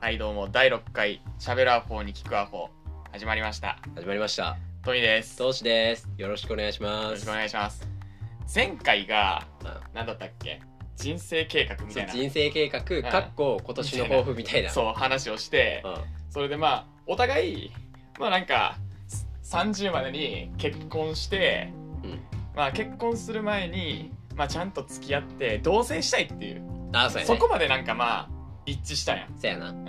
はいどうも第6回「しゃべるアフォーに聞くアフォー」始まりました始まりました。トミーですよ投資です。よろしくお願いしまろしす。くお願いします前回がまあ何だったっけ人生計画みたそいうな人生計画、かっこ今年の抱負みたいな。う。そう話をしてん、それでまあお互いまあなんかす30までに結婚して、うんまあ結婚する前に、まあ、ちゃんと付き合って同棲したいっていうあ、そうやそね。こまでなんかまあ一致したんやんそうやな。うん。う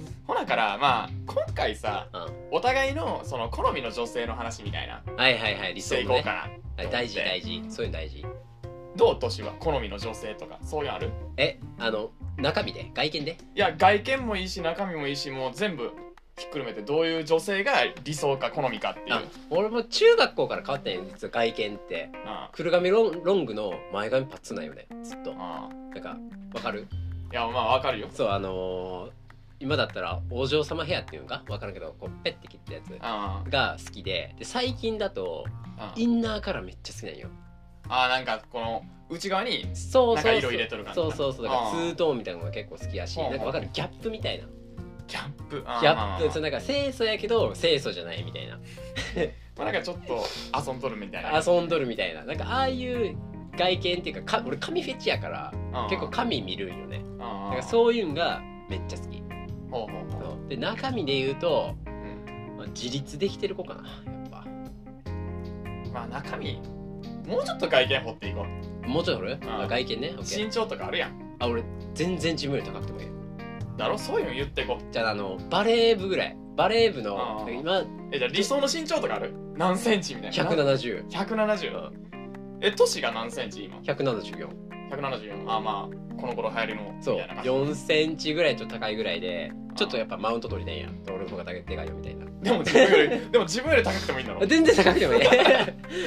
んほなからまあ今回さお互いのその好みの女性の話みたいなはいはいはい、理して想いこのうね。かなはい大事大事。そういうの大事。どう年は好みの女性とかそういうのあるえ、あの、中身で、外見で。いや外見もいいし中身もいいしもう全部ひっくるめてどういう女性が理想か好みかっていうあ、俺も中学校から変わったんや、実は外見って。うん黒髪ロンロングの前髪パッツンなんよね、ずっと。うんなんか、わかるいやまあわかるよそう、あのー今だったら、お嬢様ヘアっていうのかわからんけど、こう、ペッて切ったやつ。あが好きでで最近だとインナーカラーめっちゃ好きなんよあーなんかこの内側にそうなんそうそかう色入れとる感じそうそうそうだからあツーートーンみたいなのが結構好きやしうんなんかわかるギャップみたいなギャップあーギャまあまあッまあプそうなんか清楚やけど清楚じゃないみたいなまあなんかちょっと遊んどるみたいな遊んどるみたいななんかああいう外見っていうかか俺髪フェチやからうん結構髪見るんよねうんなんかそういうのがめっちゃ好きほうほうほうそうで中身で言うとうんまあ自立できてる子かなやっぱまあ中身もうちょっと外見掘っていこうもうちょい俺、んあ外見ね、オッケー身長とかあるやんあ俺全然自分より高くてもいいよだろそういうの言っていこうじゃああのバレー部ぐらいバレー部あのー今えじゃあ理想の身長とかある何センチみたいな170174 170え都市が何センチ今174あーまあこの頃流行りのそうみたいな感じ4センチぐらいちょっと高いぐらいでちょっとやっぱマウント取りたいんや俺の方がでかいよみたいなでも自分よりでも自分より高くてもいいんだろあ全然高くてもいい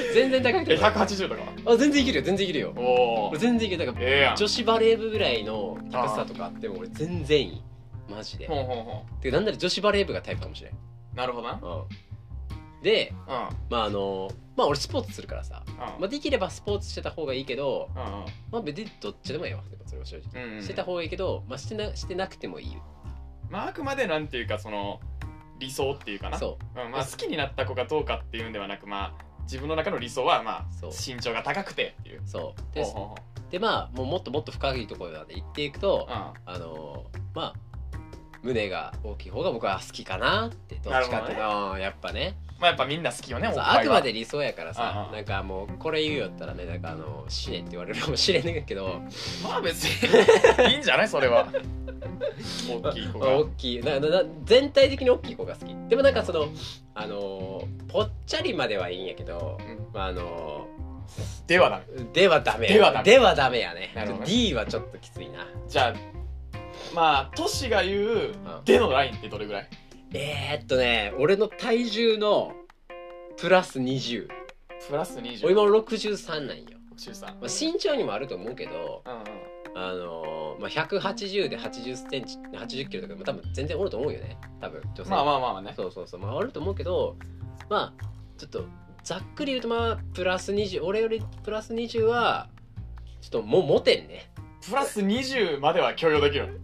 全然高くてえもいい180とかあ全然いけるよ全然いけるよおお俺全然いけるだかええやらん女子バレー部ぐらいの高さとかあっても俺全然いいマジでほうほうほてかなんなら女子バレー部がタイプかもしれんうなるほどなうんでうんまああのまあ俺スポーツするからさ、うんまあ、できればスポーツしてた方がいいけどうんまあ別にどっちでもいいわでもそれは正直うんうんしてた方がいいけど、まあ、してなしてなくてもいいまああくまでなんていうかその理想っていうかなう、そうんまあ、好きになった子がどうかっていうんではなくまあ自分の中の理想はまあそう身長が高くてっていうそうほうでほでまあもうもっともっと深いところまで行っていくとうほううあのーまあ胸が大きい方が僕は好きかなってどっちかっていうなと、うんやっぱねんまあやっぱみんな好きよねそうおっぱいはあくまで理想やからうんうさんなんかもうこれ言うよったらねなんかあの死ねって言われるかもしれないけどまあ別にいいんじゃないそれは大きい子まあが大きいななな全体的に大きい子が好きでもなんかそのあのーぽっちゃりまではいいんやけど、うんまああのーではだではダメやではダメではダメやねなるほどね D はちょっときついな、じゃあまあトシが言ううんでのラインってどれぐらいえー、っとね俺の体重のプラス20プラス俺20今63なんよ、 63まあ、身長にもあると思うけどうんうんあのーまあ、180で8 0ンチ8 0キロとか、まあ、多分全然おると思うよね多分女性まあまあまあまあねそうそうそうまあおると思うけどまあちょっとざっくり言うとまあプラス20俺よりプラス20はちょっともうモテんねプラス20までは許容できる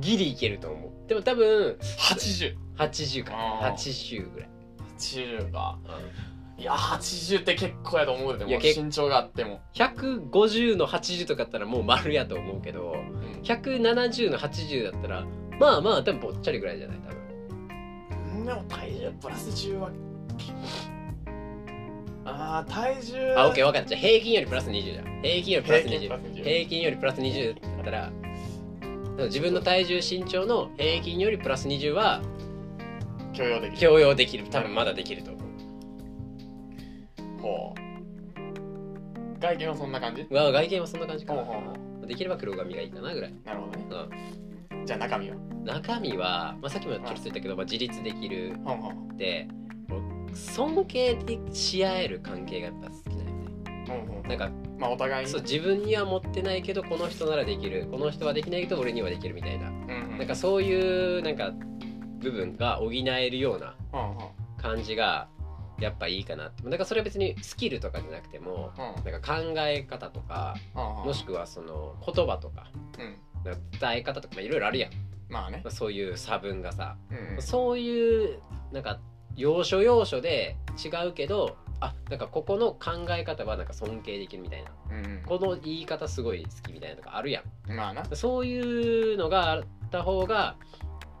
ギリいけると思うでも多分8080 80かあー80ぐらいかいや80って結構やと思うでいもやう結身長があっても、 150の80とかだったらもう丸やと思うけど170の80だったらまあまあでもぽっちゃりぐらいじゃない多分でも体重プラス10は結構ああ体重あ OK 分かったじゃあ平均よりプラス20じゃん平均よりプラ平ス均プラ20ス20平均よりプラス20だったら自分の体重身長の平均よりプラス20は許容できる強要できる多分まだできると思ほう外見はそんな感じううわ外見はそんな感じかほうなほうほできれば黒髪がいいかなぐらいうなるほどねうんじゃあ中身は中身は、まあ、さっきもちょっと言ったけど、まあ、自立できるほうほうってこう尊敬でし合える関係がやっぱ好きなんよねほうほうなんかまあお互いにそう自分には持ってないけどこの人ならできるこの人はできないけど俺にはできるみたいなうんうんなんかそういうなんか部分が補えるようなうんうん感じがやっぱいいかなってなんかそれは別にスキルとかじゃなくてもうんなんか考え方とかうんうんもしくはその言葉とかうんなんか伝え方とかまあいろいろあるやんまあねまあ、そういう差分がさうんそういうなんか要所要所で違うけどあなんかここの考え方はなんか尊敬できるみたいなうんこの言い方すごい好きみたいなのがあるやんまあなそういうのがあった方が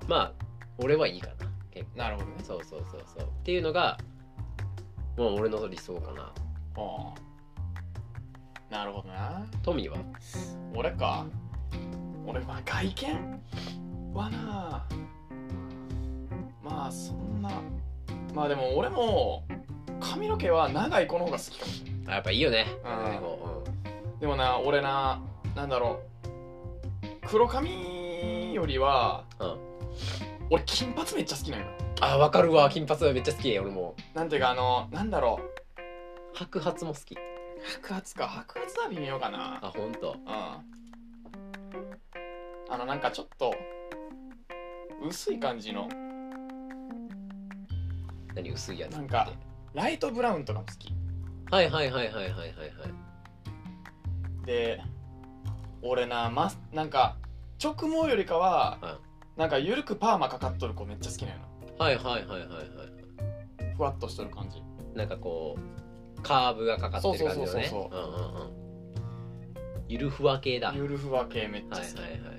まあ俺はいいかな結構なるほどねそうそうそうそうっていうのがもう俺の理想かなほうなるほどなトミーは俺か俺は外見はなまあそんなまあでも俺も髪の毛は長い子の方が好きかもあやっぱいいよねうんでもでもな俺ななんだろう黒髪よりはうんうん俺金髪めっちゃ好きなんよあわかるわ金髪めっちゃ好き俺もなんていうかあのなんだろ白髪も好きう白髪か白髪は微妙かなあ本当うんあのなんかちょっと薄い感じの何薄いやつってなんかライトブラウンとかも好きはいはいはいはいはいはいはいで俺なまなんか直毛よりかは、なんかゆるくパーマかかっとる子めっちゃ好きなのはいはいはいはいはいふわっとしとる感じなんかこうカーブがかかってる感じのそうねそうそううんうんうんゆるふわ系だはいゆるふわ系めっちゃはい好き、はいいはい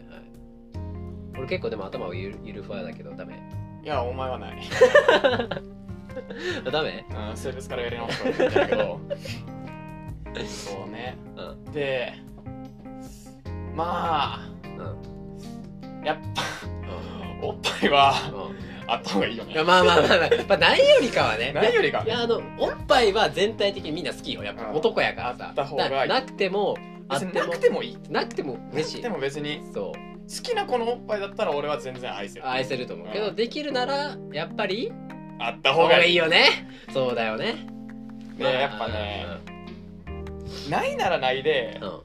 俺結構でも頭はゆるゆるふわだけど ダメやお前はないダメうん、性別からやり直すからだけどそうねうんうんでまあやっぱおっぱいはうんあった方がいいよいやねまあまあまあまあまあ何よりかはね 何よりかいやあのおっぱいは全体的にみんな好きよやっぱうん男やからさあった方がいいななくてもあっ別てにもなくてもいいなくても嬉しいでも別にそう好きな子のおっぱいだったら俺は全然愛せるあ愛せると思うけうどんできるならやっぱりった方方ががいいいいよねそうだよねねやっぱねないならないでうん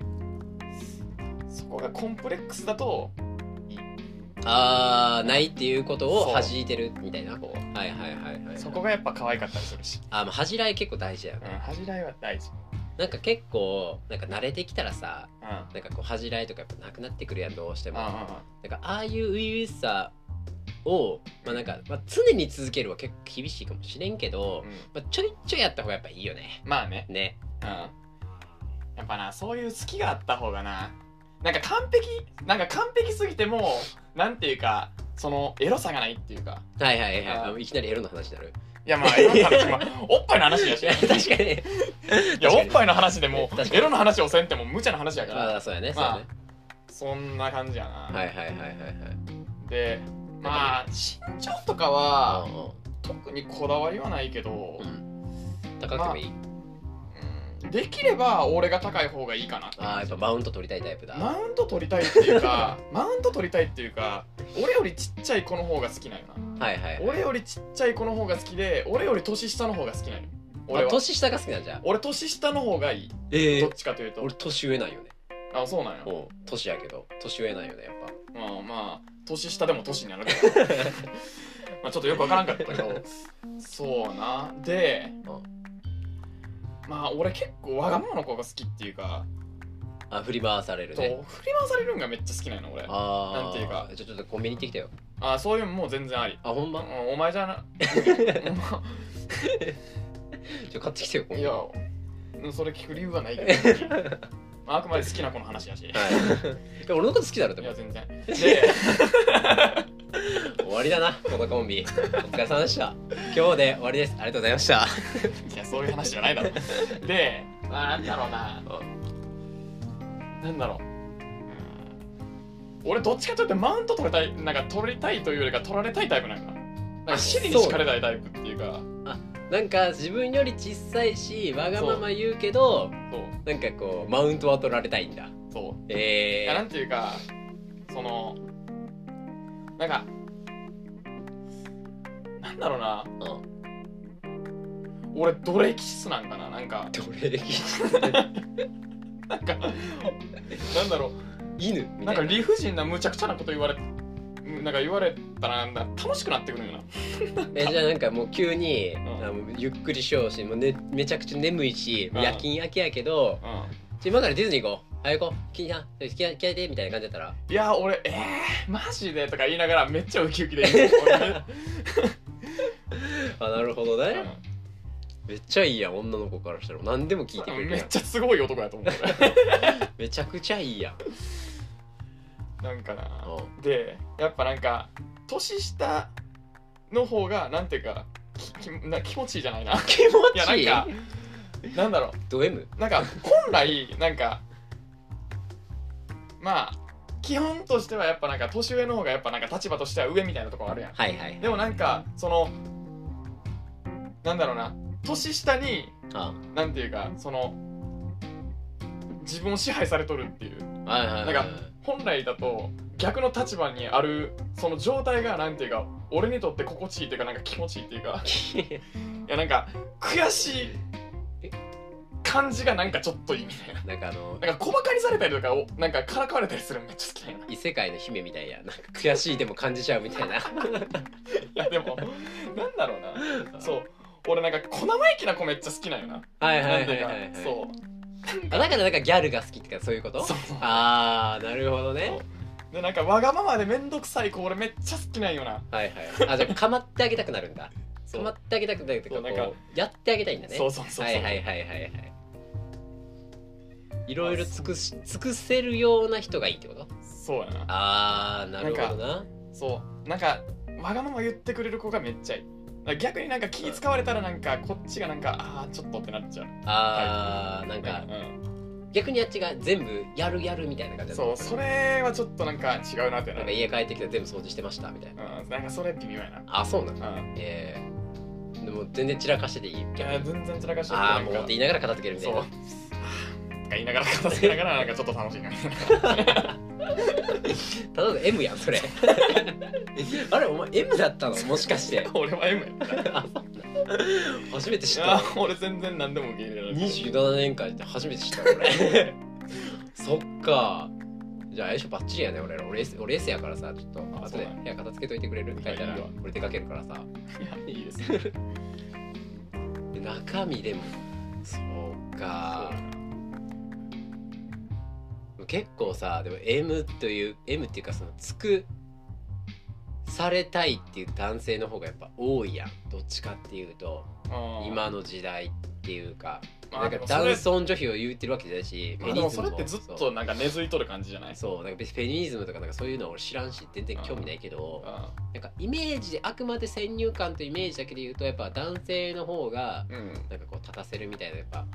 そこがコンプレックスだとあーないっていうことをそう恥じいてるみたいなこうはいはいはいはいそこがやっぱ可愛かったりするし、あまあ恥じらい結構大事だようん、ね恥じらいは大事なんか結構なんか慣れてきたらさうんうんなんかこう恥じらいとかやっぱなくなってくるやんどうしてもうんなんかああいう初々しさを、まあなんかまあ、常に続けるは結構厳しいかもしれんけどう、んうんまあ、ちょいちょいやった方がやっぱいいよね。まあねね。うんやっぱなそういう好きがあった方がななんか完璧なんか完璧すぎてもなんていうかそのエロさがないっていうかはいはいはい。あーあのいきなりエロの話にな る。いやまあエロの話もおっぱいの話やしいや 確いかに。や確かおにっぱいの話でも確かにエロの話をせんっても無茶な話やからまあそうやね。そうまあやね。そんな感じやな、はいはいはいはいでまあ身長とかはいは。う特にこだわりはないけど、んうん。高くてもいい。うんできれば俺が高い方がいいかなってああーやっぱマウント取りたいタイプだ。マウント取りたいっていうかマウント取りたいっていうか俺よりちっちゃい子の方が好きなんよなはいはいはい。俺よりちっちゃい子の方が好きで俺より年下の方が好きなんよ俺あは年下が好きなんじゃん。俺年下の方がいいえどっちかというと俺年上なんよね。あそうなんよもう年やけど年上なんよねやっぱ。まあまあ年下でも年になるから まあちょっとよくわからんかったけどそうなでうんまあ俺結構わがままの子が好きっていうかあ振り回されると振ね。り回されるんがめっちゃ好きなんよ俺ああ。なんていうかちょちょっとコンビニ行ってきたよ。あそういうのもう全然ありあほうんま。んお前じゃ なお前ちょ買ってきてよ。今い度や、それ聞く理由はないけ ど、まあ、あくまで好きな子の話やし。いはい。いや俺のこと好きだろでもや、。全然。 で、終わりだなこのコンビ。お疲れ様でした。今日で終わりです。ありがとうございました。いや、そういう話じゃないだろ。で、まあ、なんだろうな。なんだろう。俺、どっちかというと、マウント取れたい、なんか取りたいというよりか、取られたいタイプなんかな。なんか、尻に敷かれたいタイプっていうか、なんか自分より小さいしわがまま言うけどそう、なんかこうマウントは取られたいんだ。そう。いえや、なんー。ていうか、その、なんか、なんだろうな。うん。俺、奴隷気質なんかな。なんか、奴隷的なんか、なんだろ犬う、みなたんいかな。理不尽な無茶苦茶なこと言われ、なんか言われたらなんだ、楽しくなってくるんよな。えじゃあなんかもう急に、んあのゆっくりしようしもう、ね、めちゃくちゃ眠いし、うん夜勤明けやけうん。どじゃあ今からディズニー行こうあゆこ気にな気合い気合いでみたいな感じだったらいや俺えー、マジでとか言いながらめっちゃウキウキ で言う俺あなるほどうねんめっちゃいいやん女の子からしたら何でも聞いてくれるめやっんちゃすごい男やと思う俺めちゃくちゃいいやんなんかなうでやっぱなんか年下の方がなんていうかききな気持ちいいじゃないな気持ちいいやなんかなんだろド M? うなんか本来なんかまあ基本としてはやっぱなんか年上の方がやっぱなんか立場としては上みたいなところあるやんはいはいでもなんかそのなんだろうな年下にあなんていうかその自分を支配されとるっていうはいはいはいなん本来だと逆の立場にあるその状態がなんていうか俺にとって心地いいというかなんか気持ちいいというかいやなんか悔しい感じがなんかちょっといいみたいななんかあのなんか小馬鹿にされたりとかおなんかからかわれたりするのめっちゃ好きなんや異世界の姫みたいやなんか悔しいでも感じちゃうみたいないやでもなんだろうなそう俺なんか小生意気な子めっちゃ好きなんよなはいはなんいてはいいうかはいはいそうあだからなんかギャルが好きってかそういうことそうそうああなるほどねでなんかわがままでめんどくさい子俺めっちゃ好きなんよなはいはいあじゃあ構ってあげたくなるんだそ構うってあげたくなるっていうそうかなんかこうやってあげたいんだねそうそうそうそうはいはいはいはいはいいろいろ尽くし尽くせるような人がいいってことそうやなああなるほどなそうなんかわがまま言ってくれる子がめっちゃいいだから逆になんか気使われたらなんかこっちがなんかああちょっとってなっちゃうああ、なんかう逆にあっちが全部やるやるみたいな感ん、じだそうったそれはちょっとなんか違うなってななんかる家帰ってきたら全部掃除してましたみたいなうん、なんかそれ微妙やなあそうなのうんええでも全然散らかしてていいいや全然散らかしちあゃっあてもなうんかって言いながら片付けるみたそういなはあとか言いながら片付けながらなんかちょっと 楽しいなただの M やんそ れあれお前 M だったのもしかして俺は M やあそうなの初めて知いっやた俺全然何でも受け入れられる27年間って初めて知った俺 そっかじゃあ相性バッチリやね俺ら俺 S, 俺 S やからさちょっとあ後そうでなの部屋片付けといてくれるみたいいないよ俺出かけるからさいやいいですで中身でもそうか結構さでも M という M っていうかそのつくされたいっていう男性の方がやっぱ多いやんどっちかっていうとうん今の時代っていうかまなあんかでもそれ男尊女卑を言ってるわけじゃないしまあでもそれってずっそとうなんか根付いとる感じじゃないそうなんか別にフェミニズムとかなんかそういうの俺知らんし全然興味ないけどうなんかイメージであくまで先入観とイメージだけで言うとやっぱ男性の方がんうんなんかこう立たせるみたいなやっぱ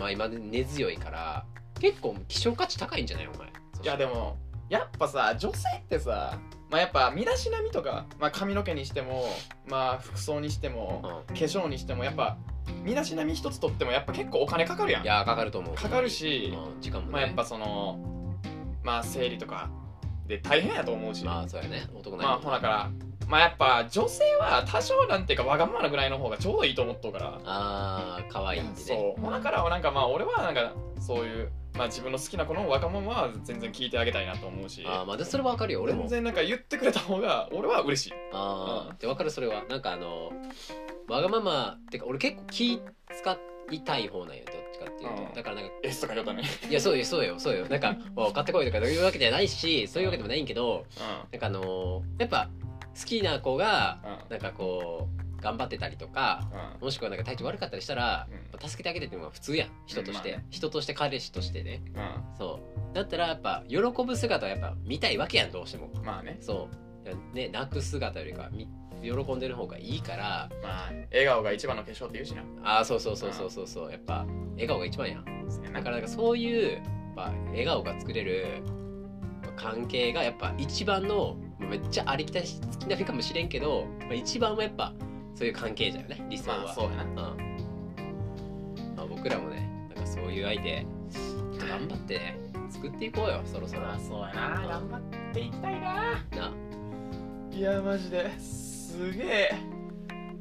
まあ今で根強いから結構希少価値高いんじゃないお前いやでもやっぱさ女性ってさまあやっぱ身だしなみとか、まあ、髪の毛にしてもまあ服装にしてうもん化粧にしてもやっぱ身だしなみ一つとってもやっぱ結構お金かかるやんいやかかると思うかかるし、うん時間もねまあやっぱそのまあ生理とかで大変やと思うし、ままあそうやね男あ、なりにほらからまあやっぱ女性は多少なんていうかわがままなぐらいの方がちょうどいいと思っとうからあー可愛いってねそうほらからはなんかまあ俺はなんかそういう、まあ、自分の好きな子のわがままは全然聞いてあげたいなと思うしあーまあでもそれはわかるよ俺も全然なんか言ってくれた方が俺は嬉しいあうあんでわかるそれはなんかあのわがままってか俺結構気使いたい方なんよどっちかっていうと、うんだからなんか S とか言 うたねいやそうよそうよそうよな んかお買ってこいとかいうわけじゃないしそういうわけでもないんけどなんかあのやっぱ好きな子がうんうんなんかこう頑張ってたりとかうんもしくはなんか体調悪かったりしたら、う助けてあげてっていうのが普通やん人として、うんまあ人として彼氏としてねうそうだったらやっぱ喜ぶ姿はやっぱ見たいわけやんどうしてもんまあねそうね泣く姿よりかはみ喜んでる方がいいからまあ笑顔が一番の化粧って言うしなああそうそうそうそうそうそうやっぱ笑顔が一番やんだからなんかそういう、まあ、笑顔が作れるまあ関係がやっぱ一番のまあめっちゃありきたし好きなりかもしれんけど、まあ、一番はやっぱそういう関係じゃよね理想は、まあそうやなうんまあ、僕らもねなんかそういう相手ちょっと頑張ってね作っていこうよそろそろなそうやな頑張っていきたいないやマジですげえ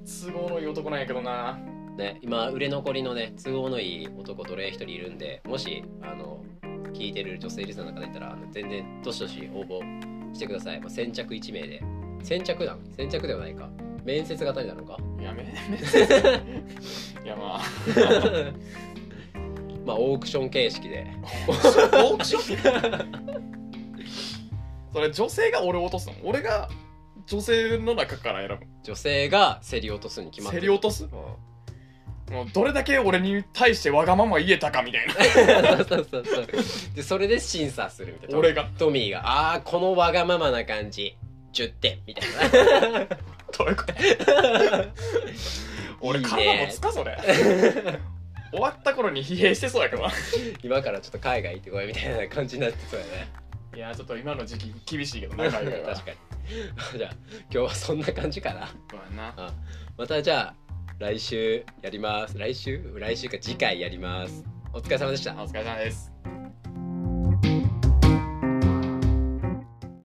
都合のいい男なんやけどなね、今売れ残りのね都合のいい男奴隷一人いるんでもしあの聞いてる女性リスナーの方いたらあの全然どしどし応募してください、まあ、先着1名で先着なの先着ではないか面接型になるのかいやめいやまあ まあオークション形式でオークションそれ女性が俺を落とすの俺が女性の中から選女性が競り落とすに決まってる競り落とすうんぶもうどれだけ俺に対してわがまま言えたかみたいな そうそうそうそうでそれで審査するみたいな俺がトミーが「ああーこのわがままな感じ10点」みたいなどう いうこと俺いいね体持つかそれ終わった頃に疲弊してそうやけどな今からちょっと海外行ってこいみたいな感じになってそうやねいやちょっと今の時期厳しいけどな 確海かに外 は じゃあ今日はそんな感じかな そうやなまたじゃあ来週やります来週来週か次回やりますお疲れ様でしたお疲れ様です